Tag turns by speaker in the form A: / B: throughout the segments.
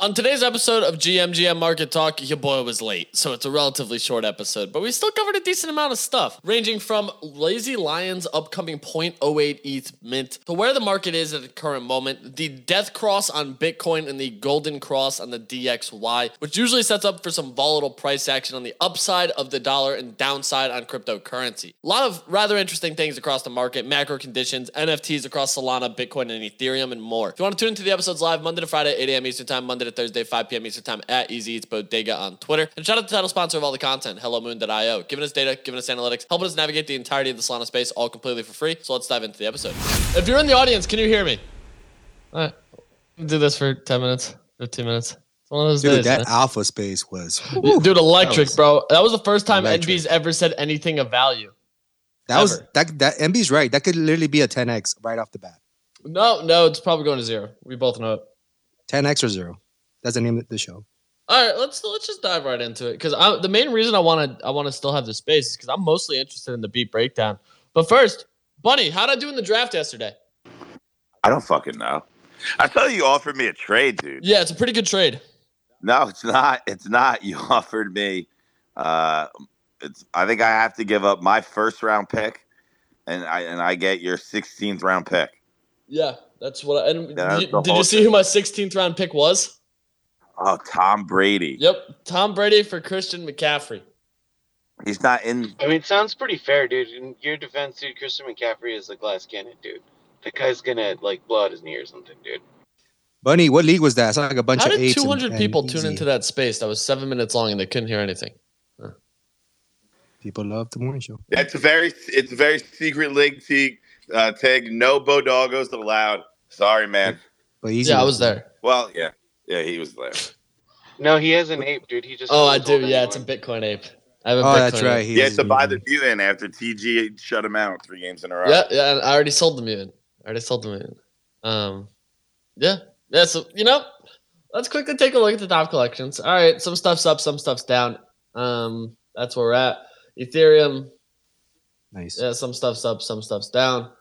A: On today's episode of GMGM Market Talk, your boy was late, so it's a relatively short episode, but we still covered a decent amount of stuff, ranging from Lazy Lion's upcoming 0.08 ETH E mint to where the market is at the current moment, the death cross on Bitcoin and the golden cross on the DXY, which usually sets up for some volatile price action on the upside of the dollar and downside on cryptocurrency. A lot of rather interesting things across the market, macro conditions, NFTs across Solana, Bitcoin, and Ethereum, and more. If you want to tune into the episodes live Monday to Friday, 8 a.m. Eastern Time, Monday to Thursday, 5 p.m. Eastern Time at Easy Eats Bodega on Twitter. And shout out to the title sponsor of all the content, HelloMoon.io, giving us data, giving us analytics, helping us navigate the entirety of the Solana space all completely for free. So let's dive into the episode. If you're in the audience, can you hear me? All right. Do this for 10 minutes, 15 minutes. It's one of those
B: Dude,
A: days,
B: that
A: man.
B: alpha space was
A: Dude, electric,
B: was-
A: bro. That was the first time
B: Electric.
A: NB's ever said anything of value.
B: that was
A: Ever.
B: that that MB's right. That could literally be a 10x right off the bat.
A: No, no, it's probably going to zero. We both know it.
B: 10x or zero. That's the name of the show.
A: All right, let's let's just dive right into it because the main reason I want to I want to still have the space is because I'm mostly interested in the beat breakdown. But first, Bunny, how'd I do in the draft yesterday?
C: I don't fucking know. I saw you offered me a trade, dude.
A: Yeah, it's a pretty good trade.
C: No, it's not. It's not. You offered me. Uh, it's. I think I have to give up my first round pick, and I and I get your 16th round pick.
A: Yeah, that's what. I, and
C: That's
A: did
C: the
A: you, did you
C: whole
A: see who my 16th round pick was?
C: Oh, Tom Brady.
A: Yep, Tom Brady for Christian McCaffrey.
C: He's not in.
D: I mean, it sounds pretty fair, dude. In your defense, dude, Christian McCaffrey is a glass cannon, dude. The guy's gonna like blow out his knee or something, dude.
B: Bunny, what league was that? It's like a bunch
A: How
B: of
A: did
B: eights
A: 200
B: and- and
A: people tune
B: easy.
A: into that space that was seven minutes long and they couldn't hear anything?
B: People love the morning show.
E: That's a very it's a very secret league team. Uh, tag no bodoggos allowed. Sorry, man.
B: But easy.
A: yeah, I was there.
E: Well, yeah, yeah, he was there.
D: No, he has an ape, dude. He just
A: Oh, I
D: hasn't
A: do.
D: told
A: Yeah, it's a
D: anyone.
A: Bitcoin ape. I have a
B: Oh,
A: Bitcoin
B: that's right.
A: Ape.
B: He
E: He
B: is
E: has to buy the
B: easy.
E: mutant after TG shut him out three games in a row.
A: Yeah, yeah. and I already sold the mutant. I already sold the mutant. Um, yeah, yeah. So you know, let's quickly take a look at the top collections. All right, some stuff's up, some stuff's down. Um, that's where we're at. Ethereum,
B: nice.
A: yeah, some stuff's up, some stuff's down.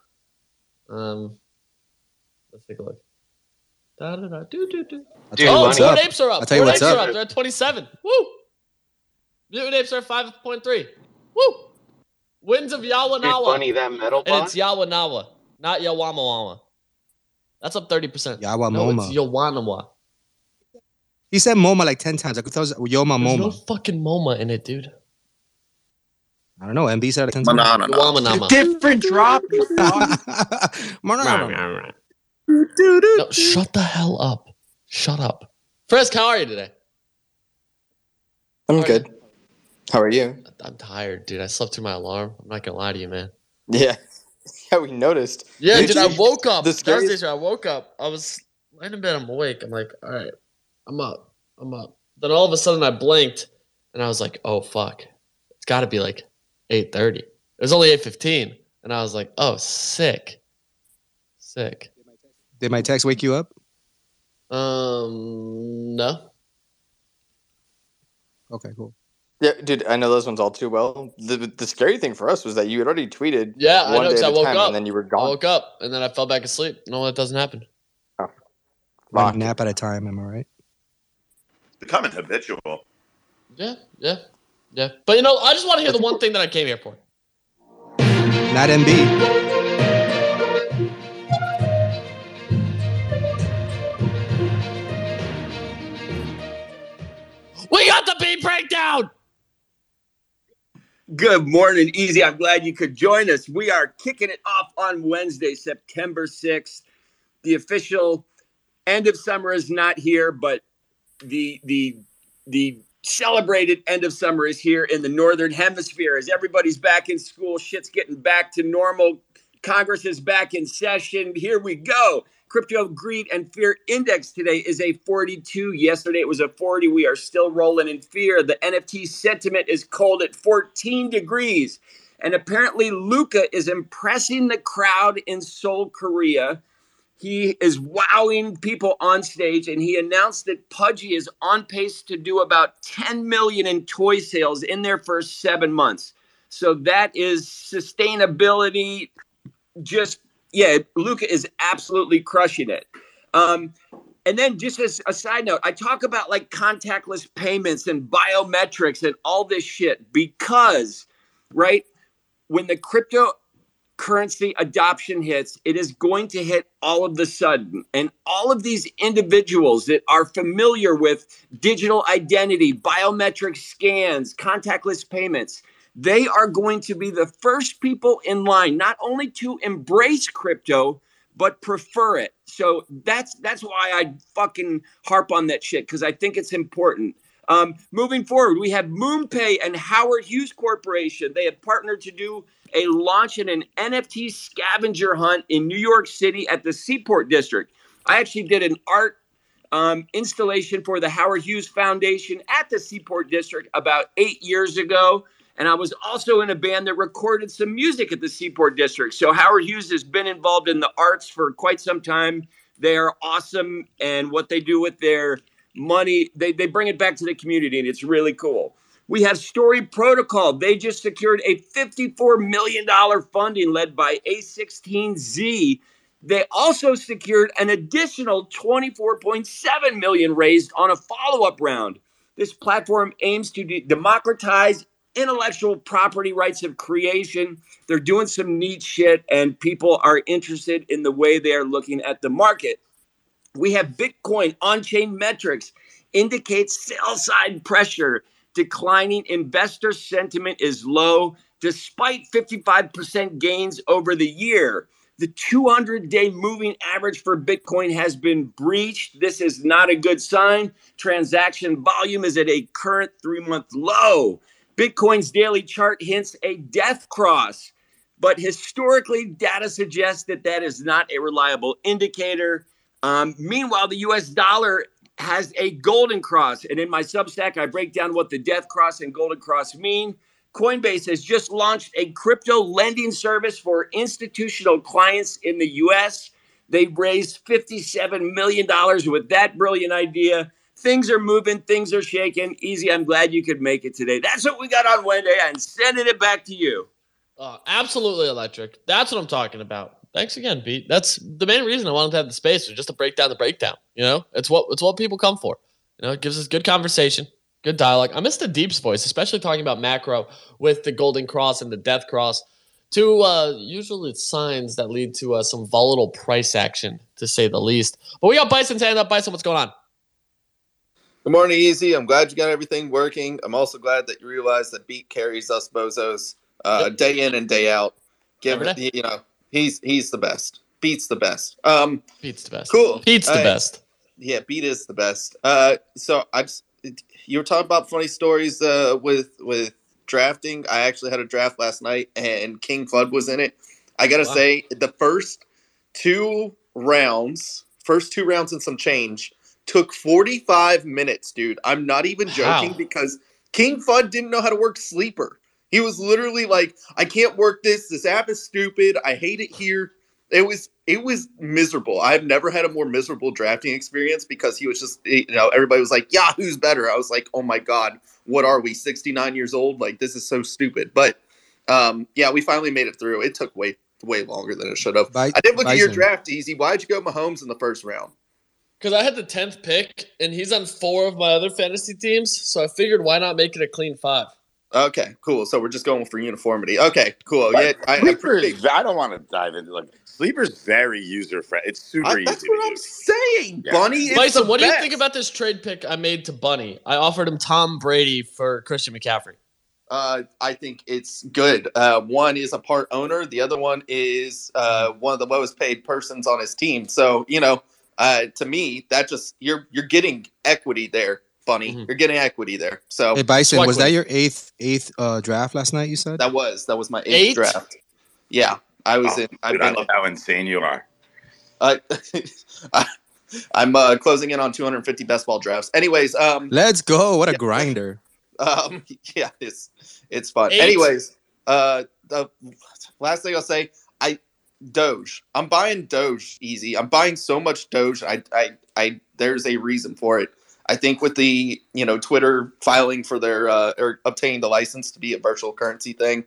A: Um, let's take a look. Da, da, da, do, do, do.
B: I'll tell you
D: Dude,
A: Oh,
B: what's
D: Bunny-
A: Ford
B: up.
A: apes are up.
B: I'll tell you
A: Ford
B: what's
A: apes
D: up.
A: are up. They're at twenty-seven. Woo. Mutant apes are five point three. Woo. Winds of Yawanawa.
D: Dude, Bunny, that metal
A: And
D: box.
A: it's Yawanawa, not Yawamawawa. That's up 30%.
B: Yawa
A: No, it's
B: Moma.
A: Yawanawa.
B: he said Moma like 10 times. I could tell it was Yoma Moma.
A: There's no fucking MoMA in it, dude.
B: I don't know. MB said it 10 times.
E: Banana.
A: Yawamanama.
C: Different drop.
B: Manana.
A: No, shut the hell up. Shut up. Frisk, how are you today?
F: I'm
A: How are
F: good. How are you?
A: I'm tired, dude. I slept through my alarm. I'm not gonna lie to you, man.
F: Yeah. Yeah, we noticed.
A: Yeah,
F: Did
A: dude. I
F: you-
A: woke up.
F: the
A: That was
F: scariest-
A: the issue. I woke up. I was laying in bed. I'm awake. I'm like, all right, I'm up. I'm up. Then all of a sudden, I blinked, and I was like, oh fuck, it's got to be like 8:30. It was only 8:15, and I was like, oh sick, sick.
B: Did my text wake you up?
A: Um, no.
B: Okay, cool.
F: Yeah, dude, I know those ones all too well. The, the scary thing for us was that you had already tweeted
A: Yeah, I know,
F: one day
A: 'cause I
F: at a
A: woke
F: time,
A: up.
F: and then you were
A: I
F: gone.
A: woke up and then I fell back asleep. No, that doesn't happen.
B: One
F: Fuck.
B: nap at a time, am I right?
E: It's becoming habitual.
A: Yeah, yeah, yeah. But you know, I just want to hear the one thing that I came here for.
B: Not MB.
A: We got the beat breakdown.
G: Good morning, Easy. I'm glad you could join us. We are kicking it off on Wednesday, September 6th. The official end of summer is not here, but the the the celebrated end of summer is here in the northern hemisphere as everybody's back in school, shit's getting back to normal. Congress is back in session. Here we go. Crypto greed and fear index today is a 42. Yesterday it was a 40. We are still rolling in fear. The NFT sentiment is cold at 14 degrees. And apparently, Luca is impressing the crowd in Seoul, Korea. He is wowing people on stage, and he announced that Pudgy is on pace to do about 10 million in toy sales in their first seven months. So that is sustainability. Just yeah, Luca is absolutely crushing it. Um, And then just as a side note, I talk about like contactless payments and biometrics and all this shit because, right, when the cryptocurrency adoption hits, it is going to hit all of the sudden. And all of these individuals that are familiar with digital identity, biometric scans, contactless payments, they are going to be the first people in line not only to embrace crypto, but prefer it. So that's that's why I fucking harp on that shit because I think it's important. Um, moving forward, we have MoonPay and Howard Hughes Corporation. They have partnered to do a launch in an NFT scavenger hunt in New York City at the Seaport District. I actually did an art um, installation for the Howard Hughes Foundation at the Seaport District about eight years ago. And I was also in a band that recorded some music at the Seaport District. So Howard Hughes has been involved in the arts for quite some time. They are awesome. And what they do with their money, they, they bring it back to the community, and it's really cool. We have Story Protocol. They just secured a $54 million funding led by A16Z. They also secured an additional 24.7 million raised on a follow-up round. This platform aims to de- democratize intellectual property rights of creation. They're doing some neat shit, and people are interested in the way they are looking at the market. We have Bitcoin on chain metrics indicates sell side pressure. Declining investor sentiment is low despite 55% gains over the year. The 200 day moving average for Bitcoin has been breached. This is not a good sign. Transaction volume is at a current three month low. Bitcoin's daily chart hints a death cross, but historically, data suggests that that is not a reliable indicator. Um, meanwhile, the US dollar has a golden cross. And in my Substack, I break down what the death cross and golden cross mean. Coinbase has just launched a crypto lending service for institutional clients in the US. They raised $57 million with that brilliant idea things are moving, things are shaking. Easy, I'm glad you could make it today. That's what we got on Wednesday. and sending it back to you.
A: Oh, absolutely electric. That's what I'm talking about. Thanks again, Pete. That's the main reason I wanted to have the space was just to break down the breakdown. You know, it's what it's what people come for. You know, it gives us good conversation, good dialogue. I miss the Deep's voice, especially talking about macro with the Golden Cross and the Death Cross. Two uh, usually it's signs that lead to uh, some volatile price action, to say the least. But we got Bison's hand up. Bison, what's going on?
F: Good morning, Easy. I'm glad you got everything working. I'm also glad that you realize that Beat carries us bozos uh, day in and day out. Give
A: Every
F: it, you know, he's he's the best. Beat's the best. Um,
A: Pete's the best.
F: Cool.
A: Pete's the
F: All right.
A: best.
F: yeah, Beat is the best. Uh, so I just you were talking about funny stories uh, with with drafting. I actually had a draft last night, and King Flood was in it. I gotta
A: Wow.
F: say, the first two rounds, first two rounds and some change, took forty five minutes, dude. I'm not even joking
A: How?
F: because King Flood didn't know how to work sleeper. He was literally like, "I can't work this. This app is stupid. I hate it here." it was it was miserable. I've never had a more miserable drafting experience because he was just you know everybody was like Yahoo's better. I was like, oh my god, what are we? Sixty nine years old? Like this is so stupid. But um, yeah, we finally made it through. It took way way longer than it should have.
B: Bi-
F: I did look at your
B: Bison.
F: draft, Easy. Why'd you go Mahomes in the first round?
A: Because I had the tenth pick, and he's on four of my other fantasy teams, so I figured why not make it a clean five?
F: Okay, cool. So we're just going for uniformity. Okay, cool. Yeah, I, I
E: Sleeper
F: appreciate
E: is, I don't want to dive into like Sleeper's very user friendly. It's super
F: I,
E: easy.
F: that's
E: to
F: what I'm
E: use.
F: saying,
E: Yeah.
F: Bunny. is
A: Bison,
F: the
A: what do you
F: best.
A: think about this trade pick I made to Bunny? I offered him Tom Brady for Christian McCaffrey.
F: Uh, I think it's good. Uh, one is a part owner. The other one is uh, one of the lowest paid persons on his team. So you know, uh, to me, that just you're you're getting equity there, Bunny.
A: Mhm.
F: You're getting equity there. So
B: Mm-hmm. Hey, Bison,
A: Swag
B: was
A: with
B: that
A: it.
B: your eighth eighth uh, draft last night? You said.
F: that was that was my eighth
A: Eight?
F: draft. Yeah, I was
E: Oh,
F: in. I've
E: Dude, I
F: been.
E: love how insane you are.
F: I I'm uh, closing in on 250 best ball drafts. Anyways, um,
B: Let's go! What a
F: Yeah.
B: grinder.
F: um yeah it's it's fun
A: Eight.
F: anyways uh the last thing i'll say i doge i'm buying doge easy i'm buying so much doge i i, I there's a reason for it i think with the you know twitter filing for their uh or obtaining the license to be a virtual currency thing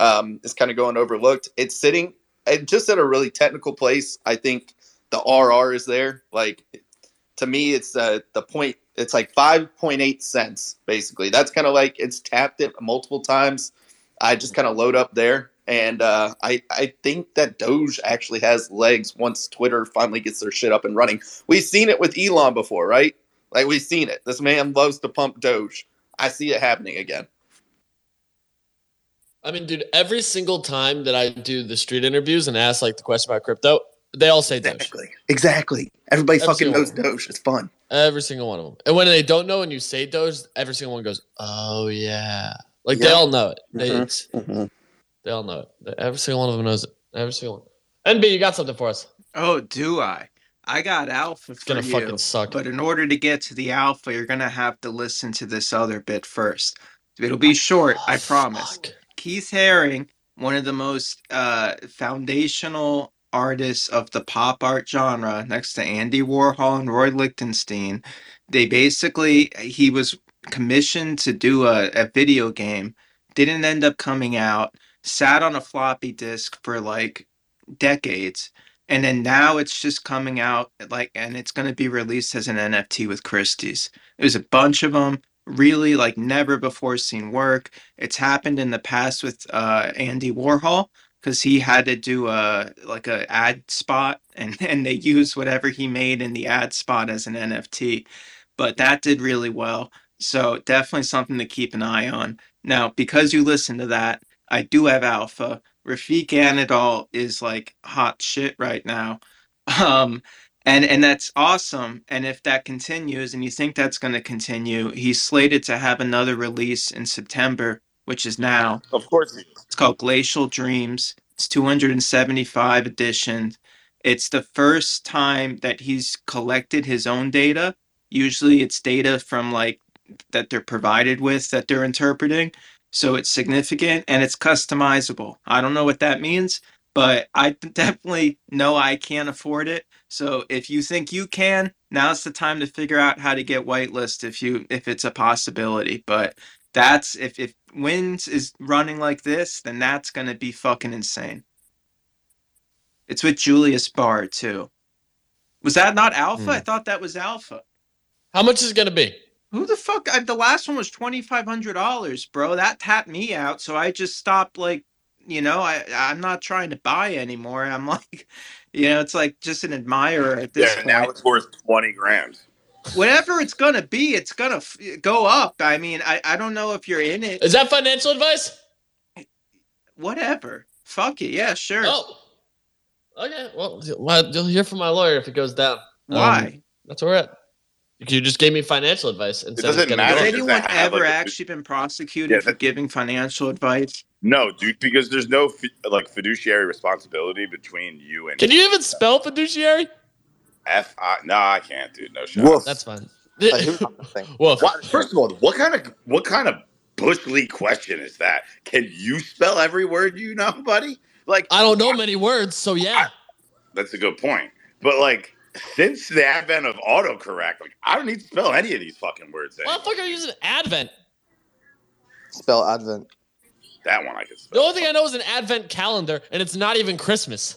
F: um is kind of going overlooked it's sitting and just at a really technical place i think the rr is there like to me, it's uh, the point. It's like five point eight cents basically. That's kind of like it's tapped it multiple times. I just kind of load up there, and uh, I I think that Doge actually has legs once Twitter finally gets their shit up and running. We've seen it with Elon before, right? Like we've seen it. This man loves to pump Doge. I see it happening again.
A: I mean, dude, every single time that I do the street interviews and ask like the question about crypto, they all say Doge.
F: Exactly. Everybody fucking knows
A: Absolutely.
F: Doge. It's fun.
A: Every single one of them. And when they don't know and you say Doge, every single one goes, "Oh yeah," like they
F: Yeah.
A: all know it. They
F: Mhm.
A: it's- they all know it. Every single one of them knows it. Every single one. NB, you got something for us?
H: Oh, do I? I got alpha
A: It's
H: for
A: gonna
H: you.
A: fucking suck.
H: But in order to get to the alpha, you're gonna have to listen to this other bit first. It'll be short, I promise.
A: Oh, Fuck.
H: Keith Haring, one of the most uh, foundational artists of the pop art genre, next to Andy Warhol and Roy Lichtenstein, they basically he was commissioned to do a, a video game, didn't end up coming out, sat on a floppy disk for like decades, and then now it's just coming out like and it's going to be released as an NFT with Christie's. There's a bunch of them, really like never before seen work it's happened in the past with uh, Andy Warhol because he had to do a like a ad spot and and they used whatever he made in the ad spot as an NFT, but that did really well. So definitely something to keep an eye on. Now because you listen to that, I do have alpha. Rafik Anadol is like hot shit right now. Um, and and that's awesome and if that continues and you think that's going to continue he's slated to have another release in september which is now
E: Of course.
H: it's called glacial dreams it's 275 edition it's the first time that he's collected his own data usually it's data from like that they're provided with that they're interpreting so it's significant and it's customizable i don't know what that means but i definitely know i can't afford it so if you think you can, now's the time to figure out how to get whitelist if you if it's a possibility. But that's if if wins is running like this, then that's gonna be fucking insane. It's with Julius Barr too. Was that not Alpha? I thought that was Alpha.
A: Hmm. How much is it gonna be?
H: Who the fuck? I, the last one was twenty five hundred dollars, bro. That tapped me out, so I just stopped. Like, you know, I I'm not trying to buy anymore. I'm like, you know, it's like just an admirer at this
E: Yeah,
H: point
E: now it's worth 20 grand.
H: whatever it's gonna be, it's gonna f- go up. I mean, I, I don't know if you're in it.
A: Is that financial advice?
H: Whatever. Fuck it. Yeah, sure.
A: Oh. Okay. Well, well, you'll hear from my lawyer if it goes down. Um,
H: Why?
A: that's where we're at. You just gave me financial advice and
E: It
A: said it's
E: doesn't
A: gonna
E: matter.
H: Has
A: go-
E: don't think
H: anyone
E: that I have,
H: ever
E: like, a-
H: actually been prosecuted
E: Yeah,
H: for
E: that-
H: giving financial advice?
E: No, dude, because there's no fi- like fiduciary responsibility between you and
A: Can you even spell fiduciary?
E: F. I, no, I can't, dude. No shot.
C: Woof.
A: That's fine.
B: Like, who thought this thing?
A: Woof.
E: What, first of all, what kind of what kind of bush league question is that? Can you spell every word you know, buddy? Like
A: I don't know many words, so yeah.
E: that's a good point. But like since the advent of autocorrect, like I don't need to spell any of these fucking words.
A: Why the
E: Anymore.
A: fuck are you using Advent?
B: Spell advent.
E: That one Oh, I can
A: The
E: spell.
A: only thing I know is an Advent calendar, and it's not even Christmas.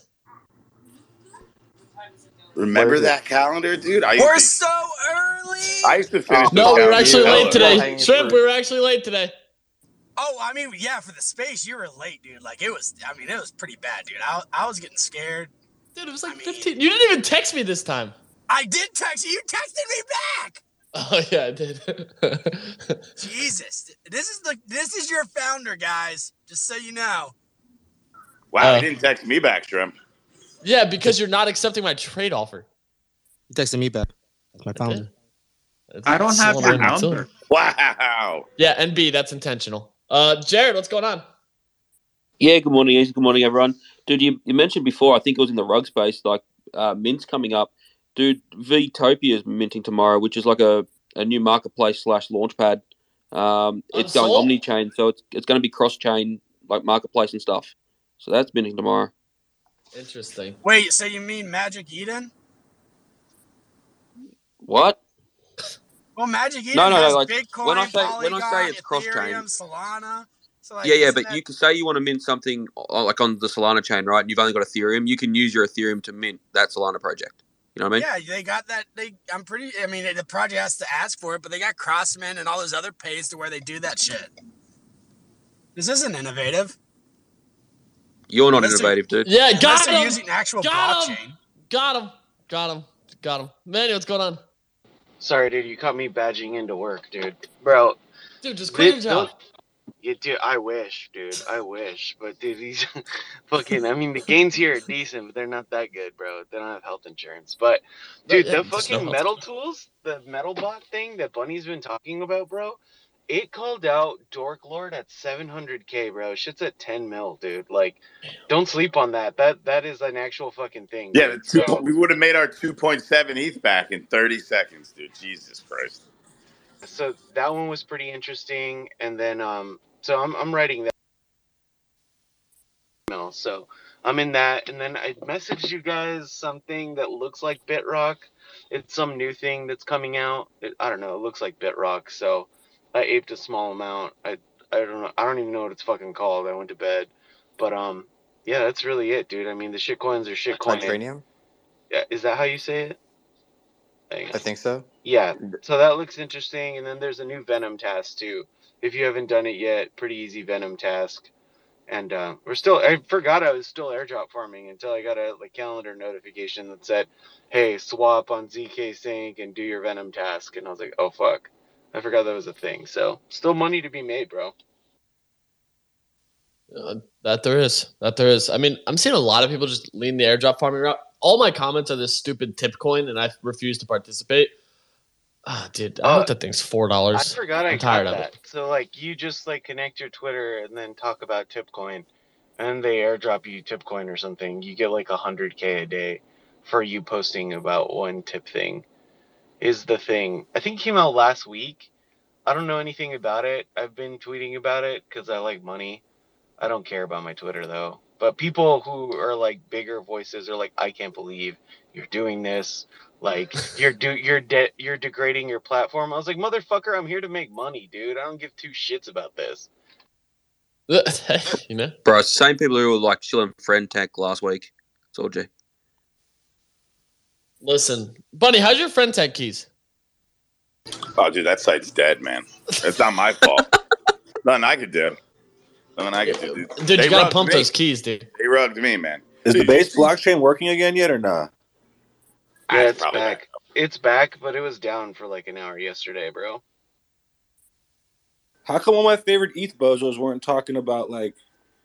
E: Remember
B: Where is it?
E: that calendar, dude? I
G: We're
E: used
G: so early. Oh,
E: to, I used to finish. the
A: No, we were
E: calendar.
A: actually late today.
B: Hanging
A: Shrimp,
B: fruit.
A: we were actually late today.
G: Oh, I mean, yeah, for the space, you were late, dude. Like it was. I mean, it was pretty bad, dude. I, I was getting scared.
A: Dude, it was
G: I
A: like
G: mean-
A: 15. You didn't even text me this time.
G: I did text you. You texted me back.
A: Oh, yeah, I did.
G: Jesus, this is the this is your founder, guys. Just so you know.
E: Wow,
A: Uh,
E: he didn't text me back, Shrimp.
A: yeah, because you're not accepting my trade offer.
B: He texted me back. That's my founder.
A: It's
H: I don't have your
A: slowing down, too.
H: number.
E: Wow.
A: Yeah, and B, that's intentional. Uh, Jared, what's going on?
I: Yeah, good morning, Asia. Good morning, everyone. Dude, you, you mentioned before, I think it was in the rug space, like uh, Mint's coming up. Dude, Vtopia is minting tomorrow, which is like a, a new marketplace slash launchpad. Um,
A: Oh,
I: it's going
A: Unsold?
I: omni chain, so it's, it's going to be cross chain, like marketplace and stuff. So that's minting tomorrow.
A: Interesting.
G: Wait, so you mean Magic Eden?
I: What?
G: Well, Magic Eden
I: No, no, no,
G: has
I: like,
G: Bitcoin,
I: when I say-
G: Polygon,
I: when I say it's cross-chain-
G: Ethereum, Solana. So like,
I: yeah, yeah,
G: isn't
I: but
G: that-
I: you can say you want to mint something uh, like on the Solana chain, right? And you've only got Ethereum. You can use your Ethereum to mint that Solana project. You know what I mean?
J: Yeah, they got that. They, I'm pretty. I mean, the project has to ask for it, but they got Crossman and all those other pays to where they do that shit. This isn't innovative.
I: You're not
J: Unless they're-
I: innovative, dude.
A: Yeah,
J: Unless
A: got
J: they're
A: him.
J: using actual
A: Got him.
J: blockchain.
A: Got him. Got him. Got him. Manny, what's going on?
D: Sorry, dude. You caught me badging into work, dude. Bro,
A: Dude, just quit your
D: Dude,
A: job.
D: you do. I wish, dude. I wish, but dude, these fucking. I mean, the gains here are decent, but they're not that good, bro. They don't have health insurance. But dude, the
A: Yeah, there's no
D: fucking
A: health
D: metal tools, the metal bot thing that Bunny's been talking about, bro. It called out Dork Lord at 700k, bro. Shit's at 10 mil, dude. Like, don't sleep on that. That that is an actual fucking thing.
E: Yeah, the
D: dude.
E: two
D: So-
E: point, we would have made our 2.7 ETH back in 30 seconds, dude. Jesus Christ.
D: so that one was pretty interesting and then um so i'm, I'm writing that email so i'm in that and then i messaged you guys something that looks like bitrock it's some new thing that's coming out it, i don't know it looks like bitrock so i aped a small amount i i don't know i don't even know what it's fucking called i went to bed but um yeah that's really it dude i mean the shit coins are shit coins
K: Vibranium?
D: is that how you say it Hang on.
K: I think so.
D: Yeah, so that looks interesting. And then there's a new Venom task too. If you haven't done it yet, pretty easy Venom task. And uh, we're still, I forgot I was still airdrop farming until I got a like calendar notification that said, hey, swap on ZK Sync and do your Venom task. And I was like, oh, fuck. I forgot that was a thing. So still money to be made, bro.
A: Uh, that there is. That there is. I mean, I'm seeing a lot of people just lean the airdrop farming route. All my comments are this stupid tip coin, and I refuse to participate. Ah, dude, I
L: Oh,
D: Uh,
A: hope that thing's four
D: I
A: dollars.
D: forgot I
A: I'm tired
D: got
A: of
D: that. So like you just like connect your Twitter and then talk about Tipcoin, and they airdrop you Tipcoin or something. You get like hundred k a day for you posting about one tip thing. Is the thing I think it came out last week. I don't know anything about it. I've been tweeting about it because I like money. I don't care about my Twitter though. But people who are like bigger voices are like, I can't believe you're doing this. Like you're do you're de- you're degrading your platform. I was like, motherfucker, I'm here to make money, dude. I don't give two shits about this.
A: it. you know,
I: Bro, it's the same people who were like chilling friend tech last week. It's all G.
A: listen, buddy, how's your friend tech keys?
E: Oh, dude, that site's dead, man. That's not my fault. Nothing I could do. Nothing I could do. Dude,
A: Dude,
E: They
A: you gotta
E: rubbed
A: pump
E: me.
A: those keys, dude.
E: They rugged me, man.
K: Is the
E: Dude,
K: base blockchain working again yet or not?
E: Ah,
D: Yeah,
E: it's
D: it's
E: probably
D: back. It's back, but it was down for like an hour yesterday, bro.
K: How come all my favorite ETH bozos weren't talking about like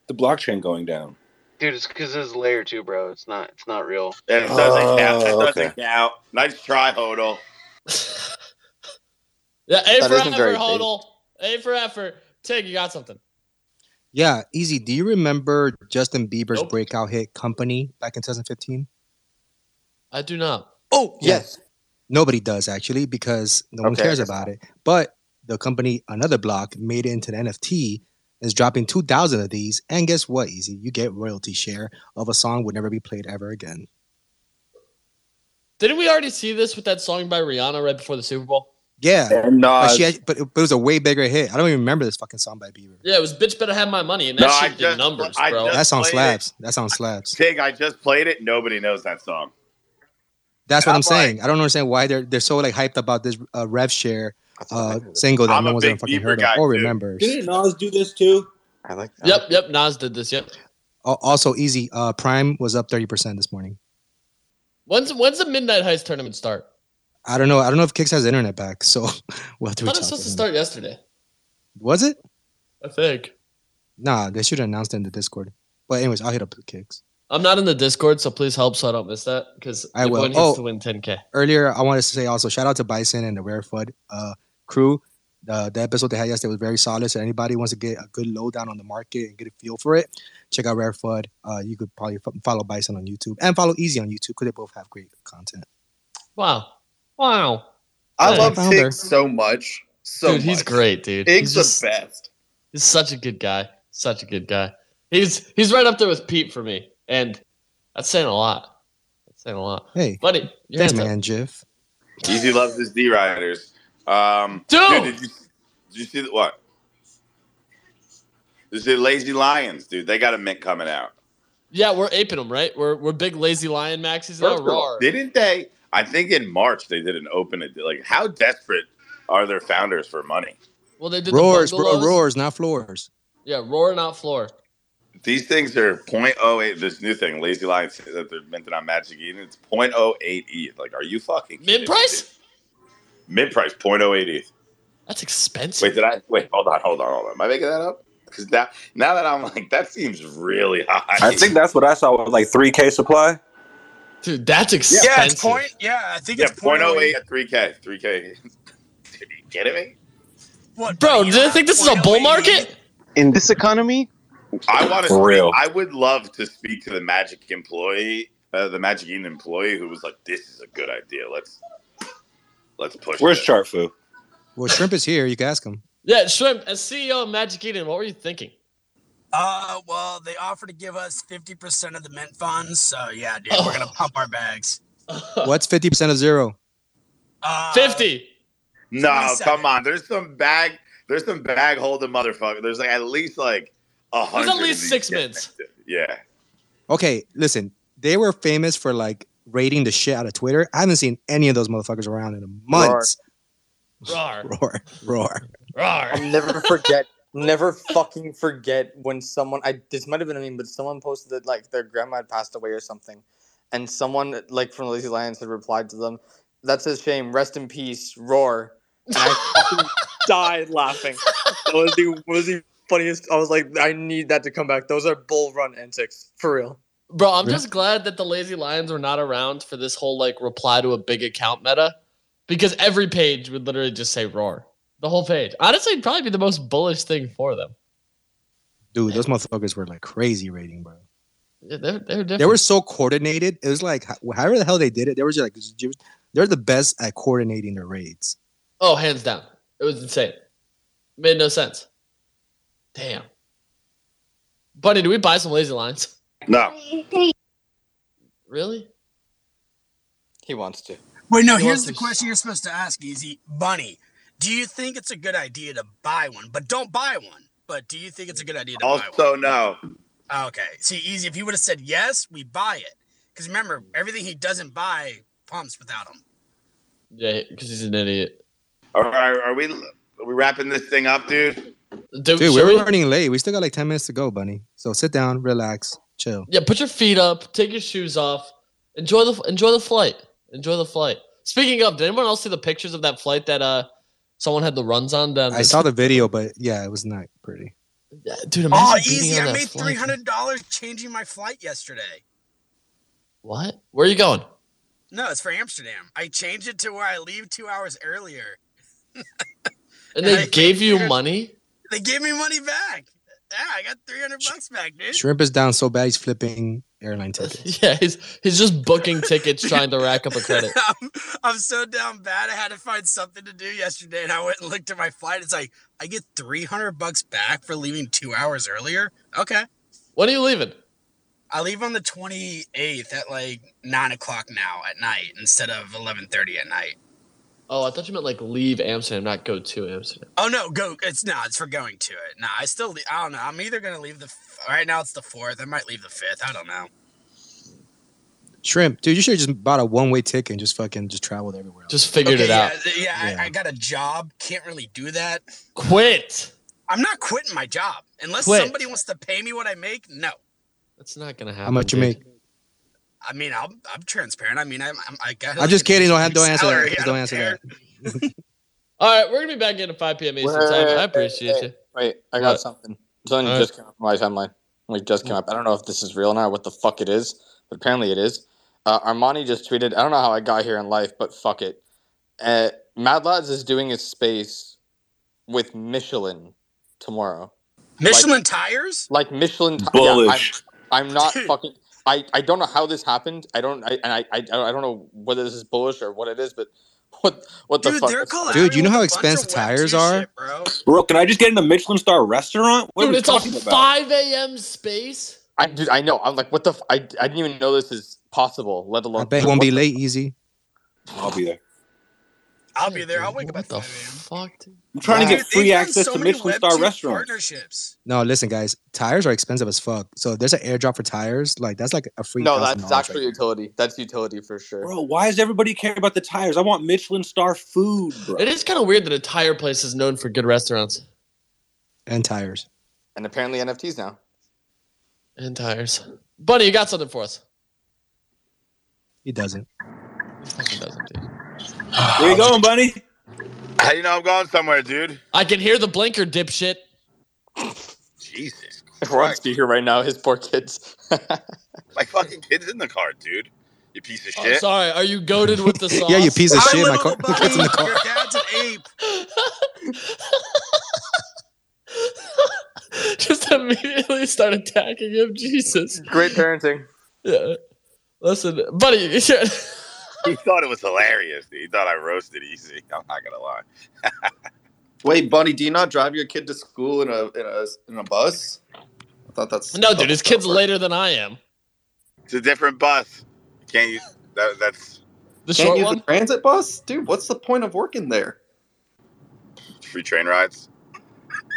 K: the blockchain going down?
D: Dude, it's because it's layer two, bro. It's not it's not real.
E: Yeah, it doesn't
K: Oh,
E: count. That doesn't
K: okay.
E: count. Nice try, Hodel.
A: Yeah, A
K: That
A: for
K: isn't very
A: effort, Hodel. A for effort. Tig, you got something.
B: Yeah, easy. Do you remember Justin Bieber's
A: Nope.
B: breakout hit "Company" back in 2015?
A: I do not.
K: Oh,
B: Yeah.
K: yes.
B: Nobody does actually because no one
K: Okay,
B: cares
K: that's
B: about it. But the company, another block, made it into the NFT. Is dropping two thousand of these, and guess what? Easy, you get royalty share of a song would never be played ever again.
A: Didn't we already see this with that song by Rihanna right before the Super Bowl?
B: Yeah,
E: And
B: but
K: uh,
E: Nas.
B: she, had, but, it, but it was a way bigger hit. I don't even remember this fucking song by Bieber.
A: Yeah, it was "Bitch Better Have My Money," and
E: No,
A: that
E: I
A: shit did
E: just-
A: numbers,
E: I
A: bro.
E: just-
B: That song
E: played
B: slaps. That song slaps.
E: Tig, I just played it. Nobody knows that song.
B: That's what
E: I'm
B: I'm saying. I don't understand why they're they're so like hyped about this uh, rev share
K: That's what I
B: uh,
K: heard.
B: single that
E: I'm
B: no
E: a
B: one's ever
E: big
B: fucking
E: Bieber
B: heard
E: guy,
B: of or
E: too.
B: remembers.
K: Didn't Nas do this too? I like that.
A: yep, yep. Nas did this. Yep.
B: Al- Also, easy. Uh, Prime was up thirty percent this morning.
A: When's when's the Midnight Heist tournament start?
B: I don't know. I don't know if Kix has internet back, so we'll have to reach
A: I thought it was
B: out to
A: supposed to
B: him.
A: start yesterday.
B: Was it?
A: I think.
B: Nah, they should have announced it in the Discord. But anyways, I'll hit up Kix.
A: I'm not in the Discord, so please help so I don't miss that because
B: I
A: your
B: will.
A: boy needs
B: Oh.
A: to win 10k.
B: Earlier, I wanted to say also shout out to Bison and the Rare Fud uh, crew. Uh, the episode they had yesterday was very solid. So anybody wants to get a good lowdown on the market and get a feel for it, check out Rare Fud. Uh, you could probably f- follow Bison on YouTube and follow Easy on YouTube because they both have great content.
A: Wow, wow,
F: I
A: Yeah.
F: love
B: Founder.
F: Tig so much. So
A: dude, he's
F: much.
A: great, dude.
F: Tig's
A: He's
F: the
A: just
F: best.
A: he's such a good guy, such a good guy. He's he's right up there with Pete for me, and that's saying a lot. That's saying a lot,
B: Hey,
A: buddy. Your
B: thanks,
A: hands up.
B: man, Jiff.
E: Easy loves his D Riders. Um,
A: Dude!
E: did, you, did you see the, what? This is Lazy Lions, dude. They got a mint coming out.
A: Yeah, we're aping him, right? We're we're big lazy lion
I: First
A: maxis. now.
I: of all,
A: roar.
E: Didn't they? I think in March they did an open. ed- Like, how desperate are their founders for money?
A: Well, they did
B: Roars,
A: the
B: bro,
A: bungalows.
B: roars, not floors.
A: Yeah, roar not floor.
E: These things are 0.08. This new thing, Lazy Lion, says that they're minted on Magic Eden. It's 0.08 ETH. E. Like, are you fucking
A: Mid price?
E: mid price 0.08 ETH?
A: That's expensive.
E: oh E. Wait, did I? Wait, hold on, hold on, hold on. Am I making that up? Because now, now that I'm like, that seems really high.
K: I think that's what I saw with like three K supply.
A: Dude, that's
E: expensive.
J: Point. Yeah, I think
E: yeah,
J: it's point oh
E: 0.08
J: eight.
E: at 3K, 3K. Are you kidding me?
J: What?
A: Bro, do they think this is a bull market?
L: In this economy,
E: I want to.
L: For real.
E: I would love to speak to the Magic employee, uh, the Magic Eden employee, who was like, "This is a good idea. Let's let's push."
K: Where's
E: this."
K: chart foo?
B: Well, shrimp is here. You can ask him.
A: Yeah, Shrimp, as CEO of Magic Eden, what were you thinking?
J: Uh, well, they offer to give us fifty percent of the mint funds. So yeah, dude, we're
A: Oh.
J: gonna pump our bags.
B: What's fifty percent of zero?
J: Uh,
A: 50.
E: No,
J: 27.
E: come on. There's some bag. There's some bag holding motherfucker. There's like at least like a
A: There's
E: hundred.
A: at
E: of
A: least
E: these
A: six
E: guys.
A: mints.
E: Yeah.
B: Okay, listen. They were famous for like rating the shit out of Twitter. I haven't seen any of those motherfuckers around in months.
A: Roar.
B: Roar, roar.
A: Roar.
L: I'll never forget. Never fucking forget when someone I this might have been a meme, but someone posted that like their grandma had passed away or something, and someone like from Lazy Lions had replied to them, "That's a shame. Rest in peace. Roar." And I fucking died laughing. That was the was the funniest. I was like, I need that to come back. Those are bull run antics for real.
A: Bro, I'm
B: Yeah.
A: just glad that the lazy lions were not around for this whole like reply to a big account meta because every page would literally just say roar. The whole page. Honestly, it'd probably be the most bullish thing for them.
B: Dude, those motherfuckers were like crazy rating, bro.
A: Yeah, They're, they're different.
B: They were so coordinated. It was like ho- however the hell they did it. They were just like just- they're the best at coordinating their raids.
A: oh, hands down. It was insane. Made no sense. Damn. Bunny, do we buy some lazy lions?
E: No.
A: Really?
L: He wants to.
J: Wait, no.
A: He wants
J: Here's
A: to
J: the
A: sh-
J: question you're supposed to ask, Easy Bunny. Do you think it's a good idea to buy one? But don't buy one. But do you think it's a good idea to buy one?
E: Also, no.
J: Okay. See, Easy, if you would have said yes, we buy it. Because remember, everything he doesn't buy pumps without him.
A: Yeah, because he's an idiot.
E: All right. Are we? Are we wrapping this thing up, dude?
A: Dude,
B: Dude,
A: should
B: we're
A: we-
B: running late. We still got like ten minutes to go, bunny. So sit down, relax, chill.
A: Yeah, put your feet up, take your shoes off, enjoy the enjoy the flight, enjoy the flight. Speaking of, did anyone else see the pictures of that flight that uh someone had the runs on down?
B: I saw the video, but yeah, it was not pretty.
A: Yeah, dude. Imagine
J: Oh,
A: being
J: Easy,
A: on
J: I
A: that
J: made
A: flight.
J: three hundred dollars changing my flight yesterday.
A: What? Where are you going?
J: No, it's for Amsterdam. I changed it to where I leave two hours earlier.
A: And they
J: Hey,
A: gave you
J: dude.
A: money.
J: They gave me money back. Yeah, I got three hundred bucks back, dude.
B: Shrimp is down so bad he's flipping airline tickets.
A: Yeah, he's he's just booking tickets, trying to rack up a credit.
J: I'm, I'm so down bad. I had to find something to do yesterday, and I went and looked at my flight. It's like I get three hundred bucks back for leaving two hours earlier. Okay,
A: When are you leaving?
J: I leave on the twenty eighth at like nine o'clock now at night instead of eleven thirty at night.
A: Oh, I thought you meant like leave Amsterdam, not go to Amsterdam.
J: Oh no, go! It's no, it's for going to it. No, I still, I don't know. I'm either gonna leave the f- right now. It's the fourth. I might leave the fifth. I don't know.
B: Shrimp, dude, you should have just bought a one way ticket and just fucking just traveled everywhere. else.
A: Just figured
J: Okay,
A: it out.
J: Yeah, yeah,
B: Yeah.
J: I, I got a job. Can't really do that.
A: Quit.
J: I'm not quitting my job unless
A: Quit.
J: somebody wants to pay me what I make. No,
A: That's not gonna happen.
B: How much you
A: dude.
B: make?
J: I mean I'm I'm transparent. I mean I'm, I'm I got.
B: I'm just kidding. Don't have don't answer
J: Salary,
B: that.
J: I
B: Just
J: don't
B: don't answer
J: care.
B: that.
A: All right, we're gonna be back in at 5 p.m. Eastern time. I appreciate you.
L: Wait, I got
A: What?
L: something. Something
A: Alright.
L: just came up on my timeline. Like just came up. I don't know if this is real or not. What the fuck it is? But apparently it is. Uh, Armani just tweeted. I don't know how I got here in life, but fuck it. Uh, Mad Lads is doing his space with Michelin tomorrow.
J: Michelin tires.
L: Like Michelin.
E: Bullish.
L: Yeah, I'm, I'm not
J: Dude.
L: fucking. I, I don't know how this happened. I don't. I, and I, I I don't know whether this is bullish or what it is, but what what the
J: Dude,
L: fuck?
J: they're
L: That's-
J: collabing
B: Dude, you know
J: with
B: how
J: a bunch of
B: expensive
J: Web2
B: tires are?
J: shit, bro.
K: Bro, can I just get in a Michelin star restaurant? What
A: Dude,
K: are we
A: it's a
K: talking about?
A: 5 a.m. space.
L: I dude, I know. I'm like, what the? F- I I didn't even know this is possible. Let alone.
B: I bet you won't be late, easy.
K: I'll be there.
J: I'll be there. I'll wake up at
A: the fuck?
K: I'm trying to
J: Dude,
K: get
J: they've
K: free
J: done
K: access
J: so
K: to
J: many
K: Michelin star
J: Webtoon
K: restaurants.
J: Partnerships.
B: No, listen, guys. Tires are expensive as fuck. So if there's an airdrop for tires, like that's like a free.
L: No,
B: $1,000
L: that's
B: right
L: actually utility. That's utility for sure.
K: Bro, why does everybody care about the tires? I want Michelin star food, bro.
A: It is kind of weird that a tire place is known for good restaurants
B: and tires.
L: And apparently NFTs now.
A: and tires. Buddy, you got something for us?
B: He doesn't.
A: Fucking doesn't, dude.
K: Where you going, buddy?
E: How you know I'm going somewhere, dude?
A: I can hear the blinker, dipshit.
E: Jesus,
L: Everyone's speaker right now. His poor kids.
E: my fucking kid's in the car, dude. You piece of
A: I'm
E: shit.
A: Oh, sorry. Are you goaded with the sauce?
B: Yeah, you piece of shit. My car.
J: Buddy,
B: in the car.
J: your dad's an ape.
A: Just immediately start attacking him. Jesus.
L: Great parenting.
A: Yeah. Listen, buddy.
E: He thought it was hilarious. Dude. He thought I roasted easy. I'm not gonna lie.
F: Wait, buddy, do you not drive your kid to school in a in a in a bus? I thought that's
A: No, dude, his kid's
F: late.
A: later than I am.
E: It's a different bus. You can't use that, that's
A: The
F: Can't
A: short
F: use
A: one.
F: the transit bus, dude. What's the point of working there?
E: free train rides.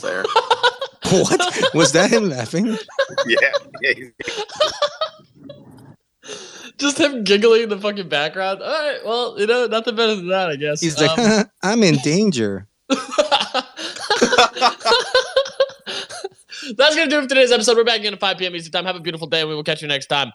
F: There.
B: What was that? Him laughing?
E: Yeah, yeah, he's-
A: Just him giggling in the fucking background. All right, well, you know, nothing better than that, I guess.
B: He's like,
A: Um,
B: I'm in danger.
A: That's going to do it for today's episode. We're back again at 5 p.m. Eastern Time. Have a beautiful day, and we will catch you next time.